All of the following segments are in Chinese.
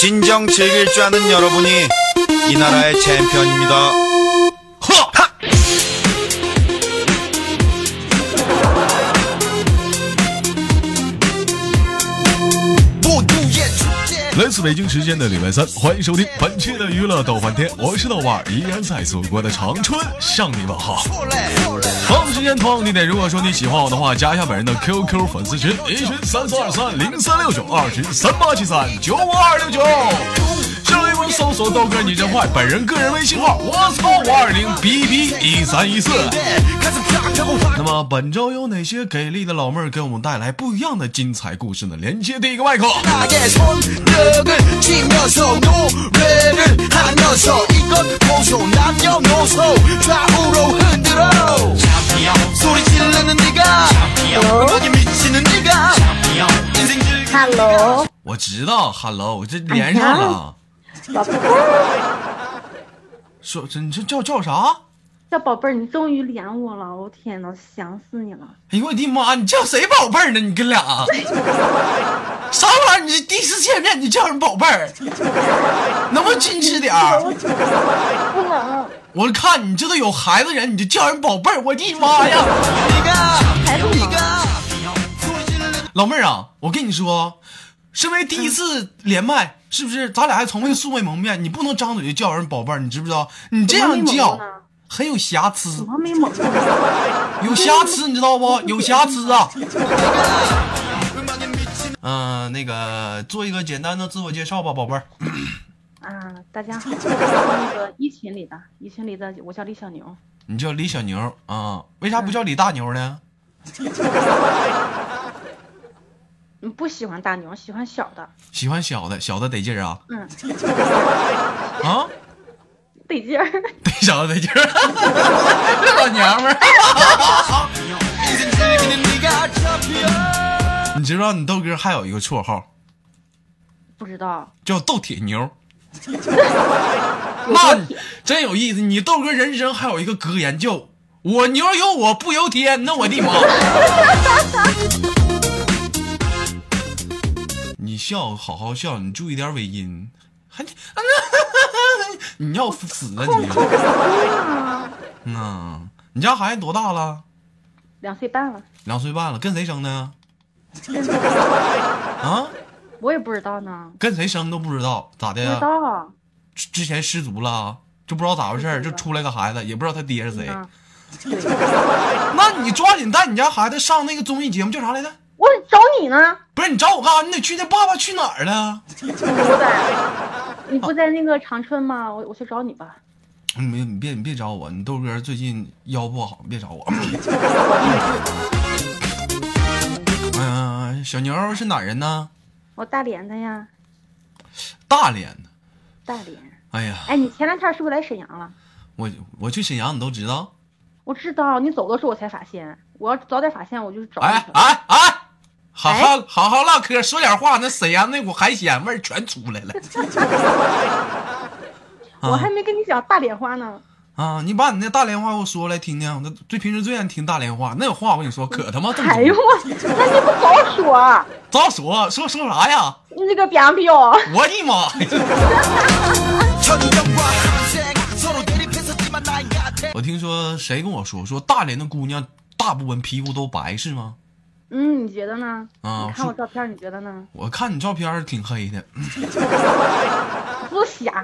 진정 즐길 줄 아는 여러분이 이 나라의 챔피언입니다. 허! 하! 모두의 축제. 来自北京时间的礼拜三，欢迎收听本期的娱乐逗翻天，我是豆瓣儿，依然在祖国的长春向你问好。同样时间同样地点，如果说你喜欢我的话，加一下本人的 QQ 粉丝群，一群三四二三零三六九，二群三八七三九五二六九。新浪微博搜索豆哥你真坏，本人个人微信号我操五二零 bb 一三一四。那么本周有哪些给力的老妹儿给我们带来不一样的精彩故事呢？连接第一个麦克。 나의 손뼉을 치면서 노래를 하면서 이건 보소 남녀노소 좌우로 흔들어 소리 질르는 네가 거기 미치는 네가 인생 즐기 Hello，我知道，Hello，我这哎连上 了。宝贝儿，说，这你这叫叫啥？小宝贝儿，你终于连我了，我天呐，想死你了！哎呦我的妈！你叫谁宝贝儿呢？你跟俩啥玩意儿？你这第一次见面你叫人宝贝儿，能不能矜持点哎儿？不能，我看你这都有孩子人，你就叫人宝贝儿，我的妈呀！ 네가 잘못 네가 소리 질르는 老妹儿啊，我跟你说，身为嗯第一次连麦，是不是？咱俩还从未素未谋面，你不能张嘴就叫人宝贝儿，你知不知道？你这样怎么没啊叫蒙呢很有瑕疵我，还没猛过呢。有瑕疵，你知道不？有瑕疵 啊！ 음악에 미치는 嗯、那个做一个简单的自我介绍吧，宝贝儿。啊，大家好，我是那个一群里的，一群里的，我叫李小牛，你叫李小牛啊、为啥不叫李大牛呢？嗯，不喜欢大牛，喜欢小的，喜欢小的，小的得劲儿啊嗯，啊， 得劲 儿。得小的得劲儿，这 老娘们儿，啊 인생 즐기는 네가 챔피언 你知不知道你豆哥还有一个绰号不知道，叫豆铁牛？有多那铁？真有意思，你豆哥人生还有一个格言叫“我牛有我不由天”，那我的妈！你笑，好好笑，你注意点尾音， 还你要死啊你！ 嗯啊，你家孩子多大了？两岁半了，两岁半了，跟谁生的 呀？啊，我也不知道呢，跟谁生都不知道，咋的不呀知？道。之之前失足了，就不知道咋回事儿，就出来个孩子，也不知道他爹是谁。啊，对，那你抓紧带你家孩子上那个综艺节目叫啥来着？我找你呢，不是你找我干啥？你得去那《爸爸去哪儿》了。我在，你不在那个长春吗？我我去找你吧。你别你别你别找我，你豆哥最近腰不好，别找 我。嗯、小牛是哪人呢？我大连的呀，大连的。大连。哎呀，哎，你前两天是不是来沈阳了？我我去沈阳，你都知道。我知道你走的时候我才发现，我要早点发现我就去找哎你哎去了。哎哎，好好好好唠嗑，说点话，那沈阳那股海鲜味儿全出来了。啊我还没跟你讲大脸花呢，啊，你把你那大连话给我说来听听，我那最平时最爱听大连话，那有话我跟你说，可他妈正哎呦宗。我，那你不早说，早说说说啥呀？你这个扁彪，我的妈呀！ 천정과 함색 서로 대립했었지만 나인 같아 我听说谁跟我说说大连的姑娘大部分皮肤都白是吗？嗯，你觉得呢？啊你看我是照片，你觉得呢？我看你照片儿挺黑的不瞎，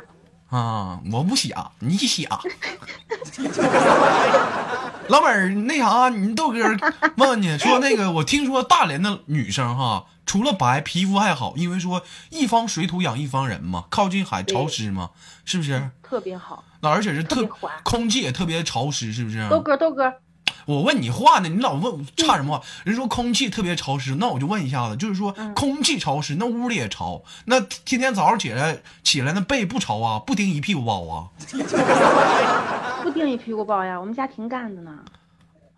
啊，我不瞎，你瞎。 老妹儿，那啥，你豆哥问问 你说那个，我听说大连的女生哈，除了白皮肤还好，因为说一方水土养一方人嘛，靠近海潮湿嘛，是不是？特别好。那而且是特特别滑空气也特别潮湿，是不是？豆哥，豆哥，我问你话呢，你老问差什么话？人说空气特别潮湿，那我就问一下子，就是说空气潮湿，那屋里也潮，那天天早上起来起来那被不潮啊，不叮一屁股包啊不盯你屁股包呀，我们家挺干的呢，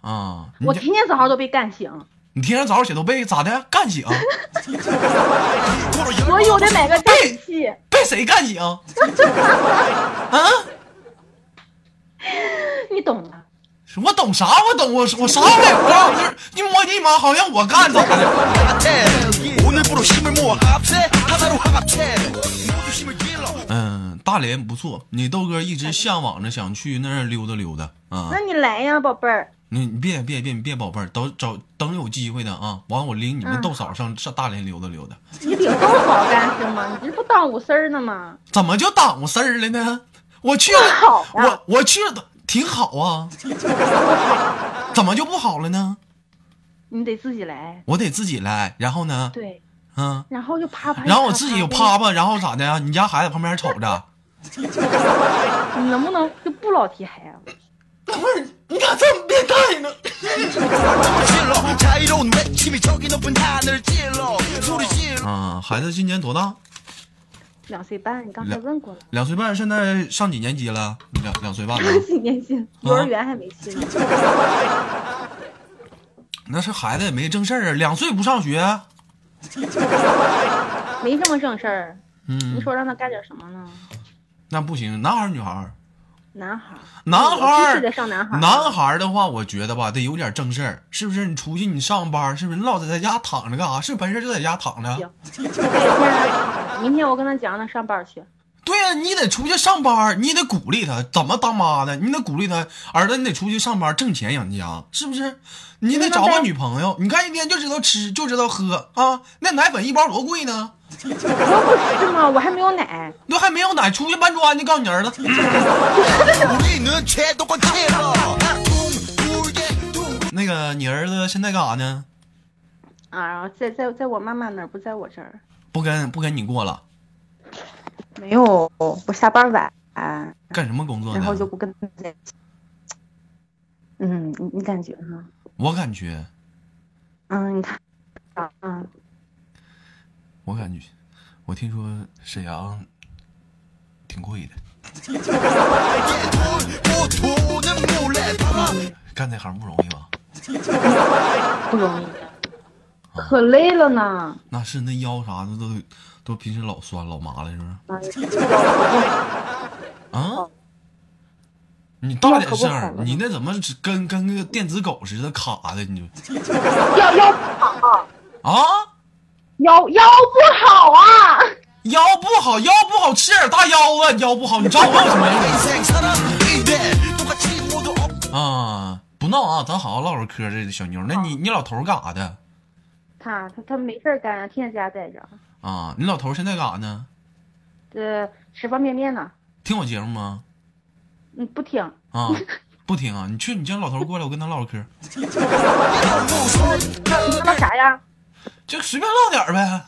啊！你我这天天早上都被干醒，你天天早上起来都被咋的干啊醒？所以我得买个加湿器。被谁干醒？啊？你懂啊的，我懂啥？我懂我我啥也不知道，就是你我的妈，好像我干咋的？ 같아 오늘부로 힘을 모아 합체 하나로 합체 모두 힘을 길러 嗯，大连不错，你豆哥一直向往着想去那儿溜达溜达啊。那你来呀，宝贝儿。你你别别别你别宝贝儿，等找等有机会的啊，完我领你们嗯豆嫂上上大连溜达溜达。你领豆嫂干什么？你这不耽误事儿呢吗？怎么就耽误事儿了呢？我去了好，啊呀我我去了，挺好啊，怎么就不好了呢？你得自己来。我得自己来，然后呢，对，哎嗯，然后就啪啪。然后我自己又啪啪啪，然后咋的呀？你家孩子旁边瞅着，啪。你能不能就不老提孩子？等会儿你咋这么变态呢？ 춤을 질러 자유로운 외침이 저기 높은 하늘 찔러 소리 질러 啊，孩子今年多大？两岁半，你刚才两问过了。 两岁半，现在上几年级了？两两岁半了。几年级？幼儿园还没去呢。那是孩子也没正事儿啊，两岁不上学，啊没什么正事儿。你嗯，说让他干点什么呢？那不行。男孩儿女孩儿？男孩儿，男孩我儿必须得上男孩儿。男孩儿的话，我觉得吧，得有点正事儿，是不是？你出去你上班，是不是？你老在家躺着干啥？是不是没事就在家躺着行。孩儿，明天我跟他讲，让他上班儿去。对呀、你得出去上班，你得鼓励他。怎么当妈的？你得鼓励他，儿子，你得出去上班挣钱养家，是不是？你得找个女朋友。你看一天就知道吃，就知道喝啊。那奶粉一包多贵呢？我说不是吗？我还没有奶。都还没有奶，出去搬砖去，告诉你儿子。 우리는 최도권 찔러 둥글게 둥글게 那个，你儿子现在干啥呢？啊，然后在在在我妈妈那儿，不在我这儿。不跟不跟你过了，没有，我下班晚，然干什么工作后就呢？不跟他在一起。嗯，你你感觉呢？我感觉，嗯，你看，啊，嗯，我感觉，我听说沈阳挺贵的， 돌고 도는 몰래 봐 干这行不容易吧？不容易，可累了呢。那是那腰啥的都都平时老酸老麻了，是不是？啊？啊，你大点声腰可儿不好，了你那怎么只跟跟个电子狗似的卡的？你就腰腰不好，啊，腰腰不好啊！腰不好，腰不好，吃点大腰子，腰不好，你找我有什么用 인생 사람인데 똑같이 모두 없 啊？不闹啊，咱好好唠会儿嗑。这小妞，那你你老头儿干啥的他他他没事儿干，天天在家待着，啊？你老头儿现在干啥呢？呃，吃方便面呢。听我节目吗？嗯，不听，啊，不听啊！你去，你叫老头儿过来，我跟他唠唠嗑儿，你说啥呀？就随便唠点儿呗。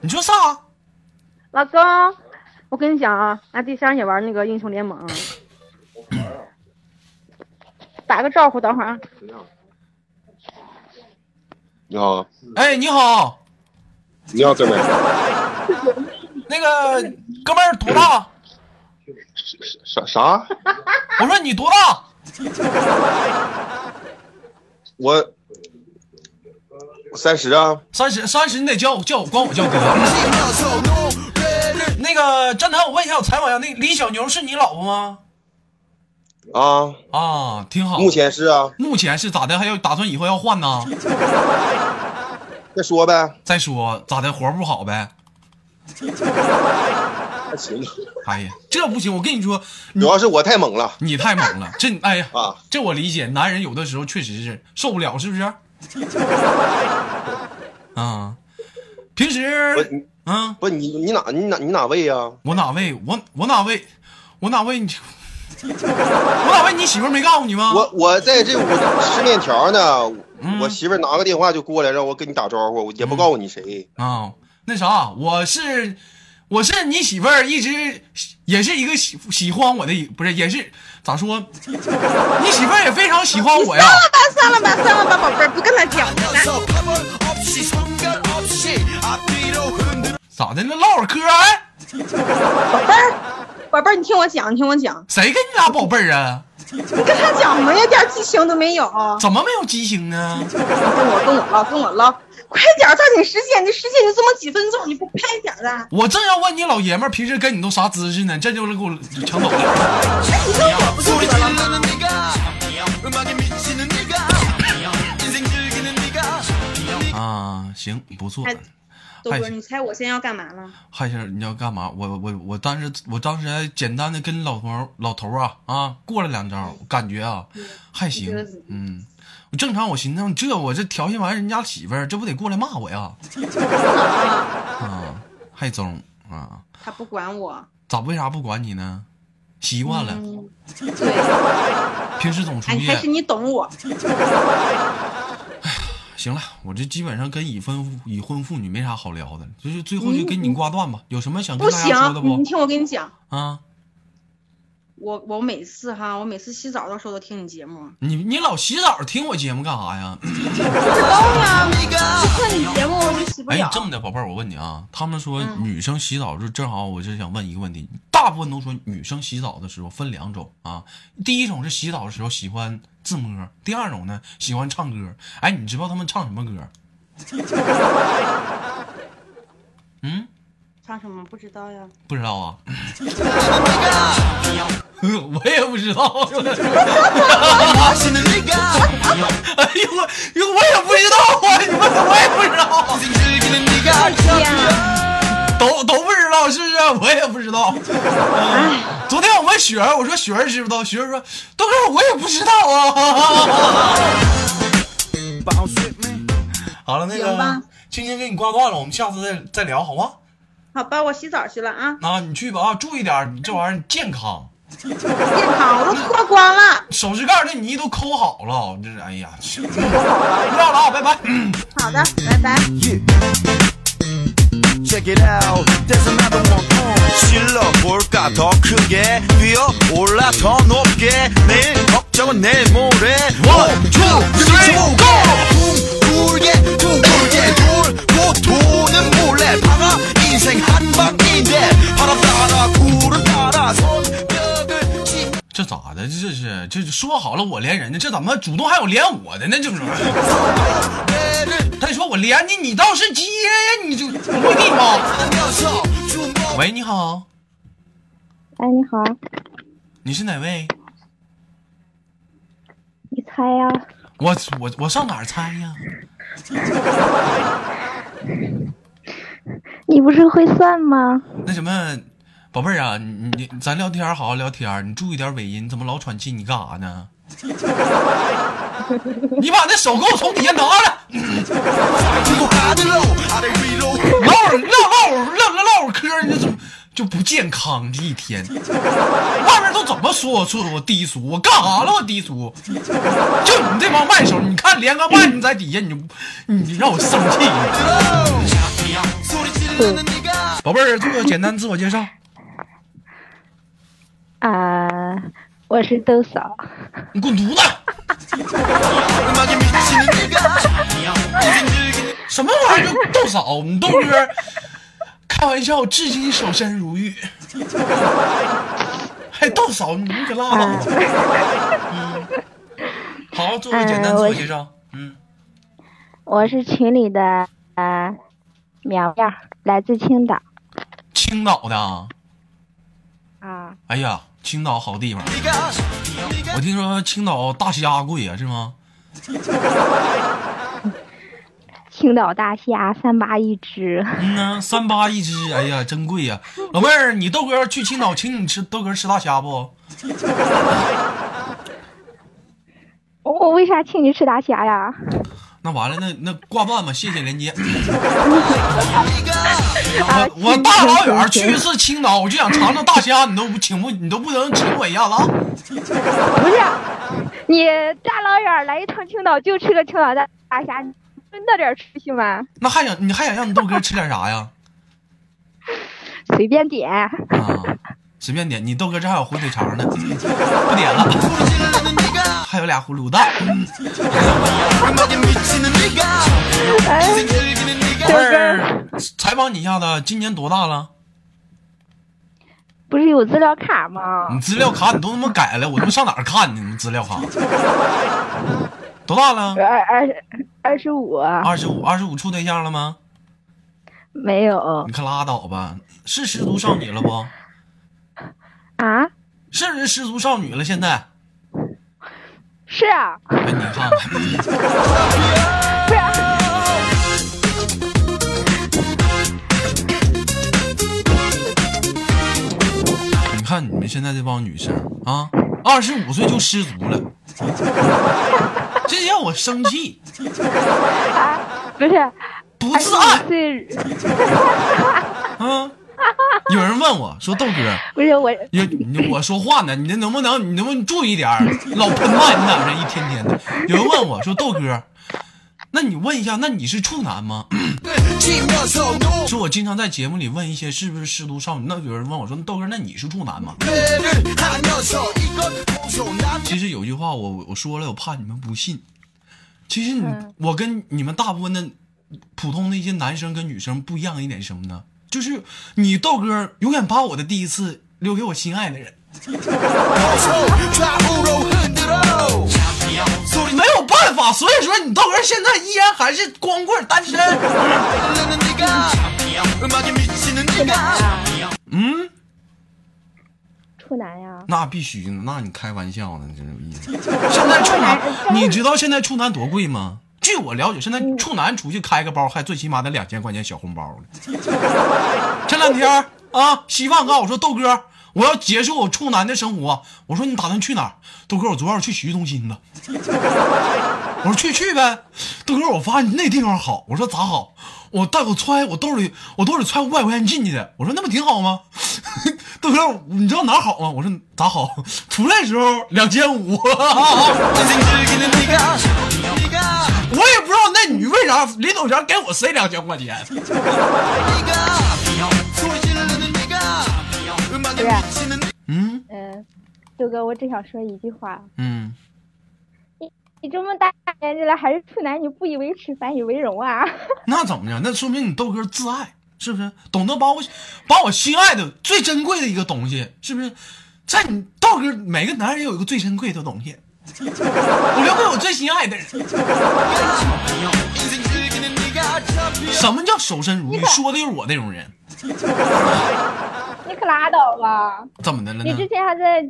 你说啥？老公，我跟你讲啊，俺对象也玩那个英雄联盟，打个招呼，等会儿啊。你好，哎，你好，哦你好，哥们儿，那个哥们儿多大？啥啥？我说你多大？我三十啊，三十，三十，你得叫我叫我管我叫哥。 지면서 노래를 那个站台，我问一下，我采访一下，那李小牛是你老婆吗？啊，啊，挺好。目前是啊，目前是咋的？还要打算以后要换呢？再说呗，再说咋的，活儿不好呗？还行，哎呀，这不行！我跟你说，主要是我太猛了你太猛了，这哎呀，啊，这我理解，男人有的时候确实是受不了，是不 是？啊，平不时你啊，不你你哪你哪你哪位啊？我哪位？我我哪位？我哪位？你我哪位？你媳妇儿没告诉你吗？我我在这我吃面条呢，嗯我媳妇儿拿个电话就过来让我跟你打招呼，我也不告诉你谁，啊，那啥，我是我是你媳妇儿，一直也是一个喜喜欢我的，不是也是咋说？你媳妇儿也非常喜欢我呀。算了吧，算了吧，宝贝儿，不跟他讲 녀석 파벌 없이 성별 없이 앞뒤로 흔들어 咋的？那唠会儿嗑儿哎，宝贝儿，宝贝儿，你听我讲，你听我讲，谁跟你俩宝贝儿啊？你跟他讲嘛，一点激情都没有。怎么没有激情呢？跟我跟我唠，跟我唠，快点儿，抓紧时间，这时间就这么几分钟，你不快点儿啊的？我正要问你老爷们儿平时跟你都啥姿势呢？这就是给我抢走了。 소리 지르는 네가 음악에 미치는 네가 인생 즐기는 네가 네가 啊行，不错哎。豆还哥，你猜我现在要干嘛了？嗨先生，你要干嘛？我我我当时我当时还简单的跟老头儿老头儿啊啊过了两招，感觉啊还你行觉得怎么，嗯。我正常，我寻思这我这调戏完人家媳妇儿，这不得过来骂我呀？啊，还中啊？他不管我，咋为啥不管你呢？习惯了，嗯，对，平时总出哎，还夜是。你懂我。行了，我这基本上跟已婚已婚妇女没啥好聊的，就是最后就给你挂断吧。有什么想跟嗯不大家说的行，嗯你不你？听我跟你讲，啊，我我每次哈，我每次洗澡的时候都听你节目，你你老洗澡听我节目干啥呀？知道呀，就看你节目我就洗不哎了，。嗯这么的，宝贝儿，我问你啊，他们说女生洗澡就正好，我就想问一个问题，大部分都说女生洗澡的时候分两种啊，第一种是洗澡的时候喜欢自摸，第二种呢喜欢唱歌。哎，你知道他们唱什么歌？ 嗯，唱什么不知道呀？不知道啊。我也不知道。 아. 哎呦我，呦我也不知道啊！你们我也不知道，啊 아, 都都不知道是不是？我也不知道。哎昨天我问雪儿，我说雪儿知不知道？雪儿说，豆哥我也不知道啊。 好了，那行吧个今天给你挂断了，我们下次再再聊好吗？好吧，我洗澡去了啊，啊，你去吧啊，注意点儿，这玩意儿健康。健康我都脱光了。手指盖儿那泥都抠好了，这是哎呀， 唠了啊，拜拜。好的，拜拜。 Check it out, there's another one on. 질러볼까 더 크게 뛰어올라 더 높게 내일 걱정은 내일 모레 One, two, three, go! 둥글게 둥글게 돌고 도는 몰래 방아 인생 한 방인데 바람 따라 구름 따라 손뼉을 치 这咋的？这是这说好了我连人呢，这怎么主动还有连我的呢？这不是？他说我连你，你倒是接呀，你就我的妈！ 하면서 주먹 喂，你好，哎，你好，你是哪位？你猜呀、我我我上哪儿猜呀？你不是会算吗？那什么，宝贝儿啊，你你咱聊天儿好好聊天儿，你注意点尾音，怎么老喘气？你干啥呢？ 你把那手给我从底下拿来。 들고 하늘로 아래 위로 唠会儿唠唠会儿唠唠唠会儿嗑儿，你就怎么就不健康？这一天，外面都怎么说我说我低俗？我干啥了？我低俗？就你这帮外手，你看连个外你在底下，你就你让我生气。 소리 지르는 네가 宝贝儿，做个简单自我介绍。啊、我是豆嫂，你滚犊子！ 음악에 미치는 네가 什么玩意儿？豆嫂，你豆哥，开玩笑，至今守身如玉。还豆嫂，你可拉倒吧。嗯，好，做个简单自我介绍。嗯，我是群里的呃苗苗，来自青岛青岛的啊，啊。哎呀，青岛好地方。 네가 我听说青岛大虾贵啊，是吗？青岛大虾三八一只，嗯呐、三八一只，哎呀，真贵呀、老妹儿，你豆哥去青岛请你吃豆哥吃大虾不？我、我为啥请你吃大虾呀？那完了，那那挂断吧，谢谢连接。啊，我我大老远去一次青岛，我就想尝尝大虾，你都不请不，你都不能请我一下子啊？不是，你大老远来一趟青岛就吃个青岛大大虾，你就那点出息吗？那还想你还想让你豆哥吃点啥呀？随便点。啊，随便点，你豆哥这还有火腿肠呢，不点了， 소리 지르는 네가 还有俩葫芦蛋。 음악에 미치는 네가 인생 즐기는 네가 豆儿，采访你一下子，今年多大了？不是有资料卡吗？你资料卡你都他妈改了，我他妈上哪儿看你们资料卡？多大了？二二二十五二十五，二十五处对象了吗？没有你可拉倒吧，是失足少女了不？啊？是不是失足少女了？现在，是啊， 哎，你看看，不是啊现在这帮女生啊，二十五岁就失足了，这让我生气。不是，不二是十爱五岁，啊！有人问我说：“豆哥，不是我，有你我说话呢，你能能不能你能不能注意点儿？老喷麦，你咋这一天天的？”有人问我说：“豆哥，那你问一下，那你是处男吗？”说我经常在节目里问一些是不是失足少女，那有人问我说：“豆哥，那你是处男吗？”其实有句话我我说了，我怕你们不信。其实你、我跟你们大部分的普通的一些男生跟女生不一样一点是什么呢？就是你豆哥永远把我的第一次留给我心爱的人，没有办法，所以说你豆哥现在依然还是光棍单身。嗯，处男呀，那必须呢，那你开玩笑呢，你这有意思。现在处哎男，你知道现在处男多贵吗？据我了解，现在嗯处男出去开个包，还最起码得两千块钱小红包呢。前两天儿啊，稀饭告诉我说豆哥，我要结束我处男的生活。我说你打算去哪儿？豆哥，我昨晚去洗浴中心了。我说去去呗。豆哥，我发现那地方好。我说咋好？我带我揣我兜里，我兜里揣五百块钱进去的。我说那不挺好吗？ 豆哥，你知道哪好吗？我说咋好？出来的时候两千五， 我也不知道那女为啥临走前给我塞两千块钱。嗯嗯，豆哥，我只想说一句话，嗯，你这么大年纪了还是处男，你不以为耻反以为荣啊！ 那怎么的？那说明你豆哥自爱，是不是？懂得把我把我心爱的最珍贵的一个东西，是不是？在你豆哥，每个男人有一个最珍贵的东西，我留给我最心爱的人。什么叫守身如玉？说的就是我这种人。你可拉倒吧！怎么的了你呢？之前还在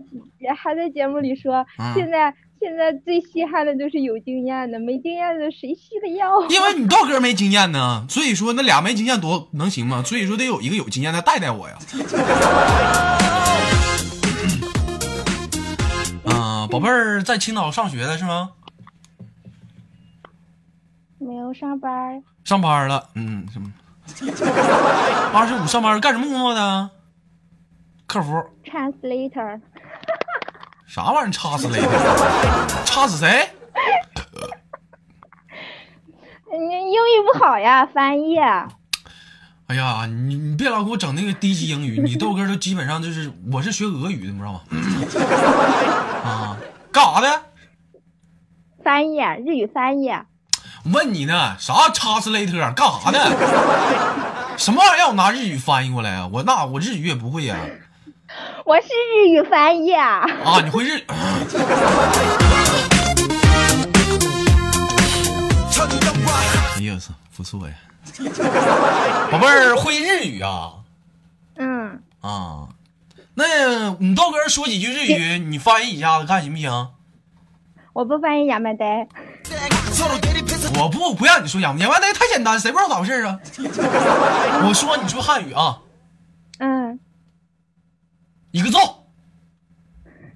还在节目里说，嗯现在现在最稀罕的就是有经验的，没经验的谁稀得要？ 因为你豆哥没经验呢，所以说那俩没经验多能行吗？所以说得有一个有经验的带带我呀。 啊、宝贝儿在青岛上学的是吗？没有上班儿，上班了，嗯， 什么？二十五上班干什么工作的？客服 translator 啥玩意儿？插死雷的？ 插死谁？你英语不好呀，翻译。啊哎呀，你你别老给我整那个低级英语，你豆哥都基本上就是我是学俄语的，你知 道吗？啊，干啥的？翻译啊日语翻译，问你呢，啥叉斯雷特干啥呢？什么玩意儿让我拿日语翻译过来啊？我那我日语也不会啊呀、我是日语翻译啊！啊。你会日？哎呦我操，不错呀，宝贝儿会日语啊嗯，啊！那你豆哥说几句日语，你翻译一下子看行不行？我不翻译亚麻呆，我不不让你说洋洋完那个太简单，谁不知道咋回事啊？我说你说汉语啊，嗯，一个字。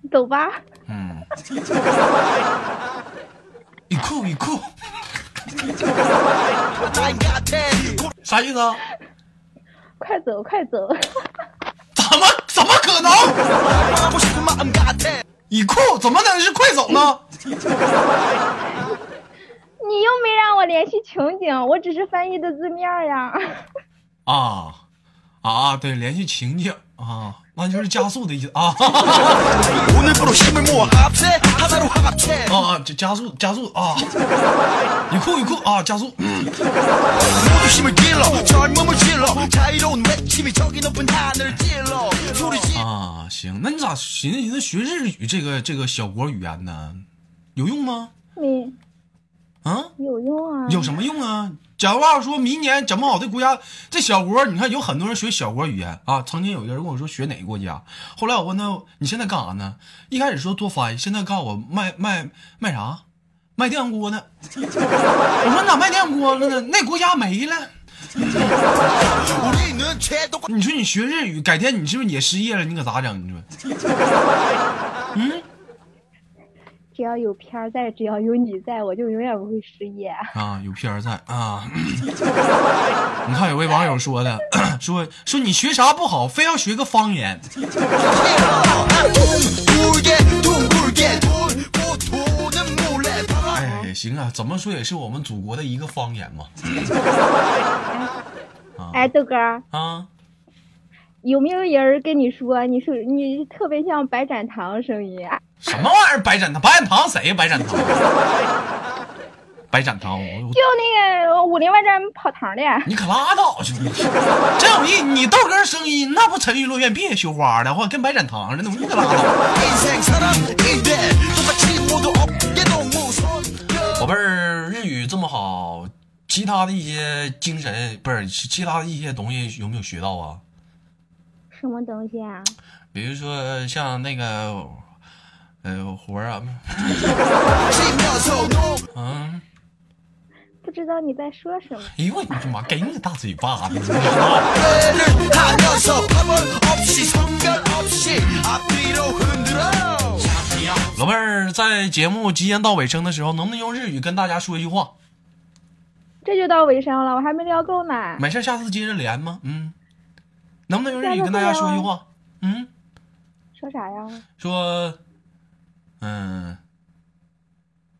走吧，嗯，一酷一酷，啥意思啊？快走快走， 怎么怎么可能？一酷怎么能是快走呢？你又没让我联系情景，我只是翻译的字面儿呀。 啊啊，对，连续情景啊，那就是加速的意思啊 오늘부로 힘을 모아 합세 하나로 합체 啊，加加速加速啊，一酷一酷啊，加速。 모두 힘을 길러 젊음을 질러 자유로운 외침이 저기 높은 하늘을 찔러 소리 지 啊，行，那你咋寻思寻思学日语这个这个小国语言呢？有用吗？没啊？有用啊，有什么用啊？假如要说明年整不好这国家这小国，你看有很多人学小国语言啊。曾经有一个人跟我说学哪个国家，后来我问他你现在干啥呢？一开始说做翻译，现在告诉我卖卖卖啥？ 卖电锅呢？我说你咋卖电锅了呢？那国家没了。你说你学日语，改天你是不是也失业了？你可咋整？你说，嗯只要有片儿在，只要有你在，我就永远不会失业。啊，有片儿在啊。 你看有位网友说的， 说说你学啥不好，非要学个方言。 아, 둥글게 둥글게 돌고 도는 몰래 哎，行啊，怎么说也是我们祖国的一个方言嘛。啊哎，豆哥儿，啊，有没有人跟你说你是你特别像白展堂声音啊？什么玩意儿？白展堂？白展堂谁呀？白展堂？白展堂，我我就那个《武林外传》跑堂的，你可拉倒去！你真有意，你豆哥声音那不沉鱼落雁、闭月羞花的，我跟白展堂似的，你可拉倒。 인생 사람인데 똑같이 모두 없게 너무 선별 宝贝儿，日语这么好，其他的一些精神不是其其他的一些东西有没有学到啊？什么东西啊？比如说像那个，呃，活儿啊， 지면서 너 嗯，不知道你在说什么。哎呦我的妈，给你个大嘴巴子！你知道吗 배를 하면서 밥은 없이 성별 없이 앞뒤로 흔들어 老妹儿在节目即将到尾声的时候，能不能用日语跟大家说一句话？这就到尾声了，我还没聊够呢。没事，下次接着连吗？嗯，能不能用日语跟大家说一句话？嗯，说啥呀？说，嗯，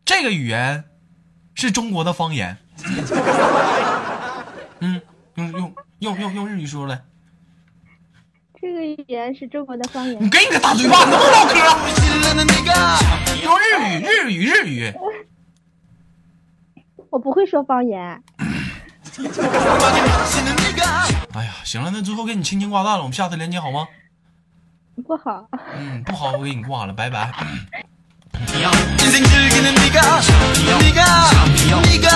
这个语言是中国的方言。嗯，用用用用用日语说出来。这个语言是中国的方你言。给你个大嘴巴，能不能唠嗑啊？ 질르는 네가 用日语，日语，日语。我不会说方言。 음악에 맞추는 네가 哎呀，行了，那最后给你轻轻挂断了，我们下次连接好吗？不好，嗯，不好，我给你挂了，拜拜。 인생 즐기는 네가 네가 네가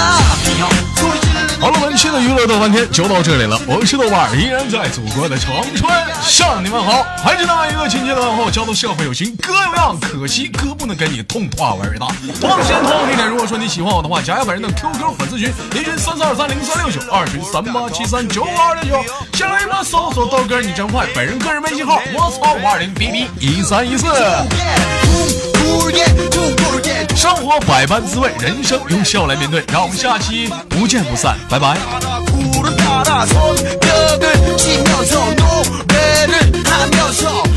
소리질르는 好了，本期的娱乐逗翻天就到这里了。我是豆瓣儿，依然在祖国的长春向你们好。还是那么一个亲切的问候，叫做社会有型哥有样，可惜哥不能跟你痛快玩儿的。同样时间同样地点，如果说你喜欢我的话，加一下本人的 QQ 粉丝群，一群三三二三零三六九，二群三八七三九五二六九。新浪微博搜索豆哥你真坏，本人个人微信号我操五二零 B B 一三一四。 둥글게 둥글게 生活百般滋味，人生用笑来面对。让我们下期不见不散，拜拜。 따라 구름 따라 손뼉을 치면서 노래를 하면서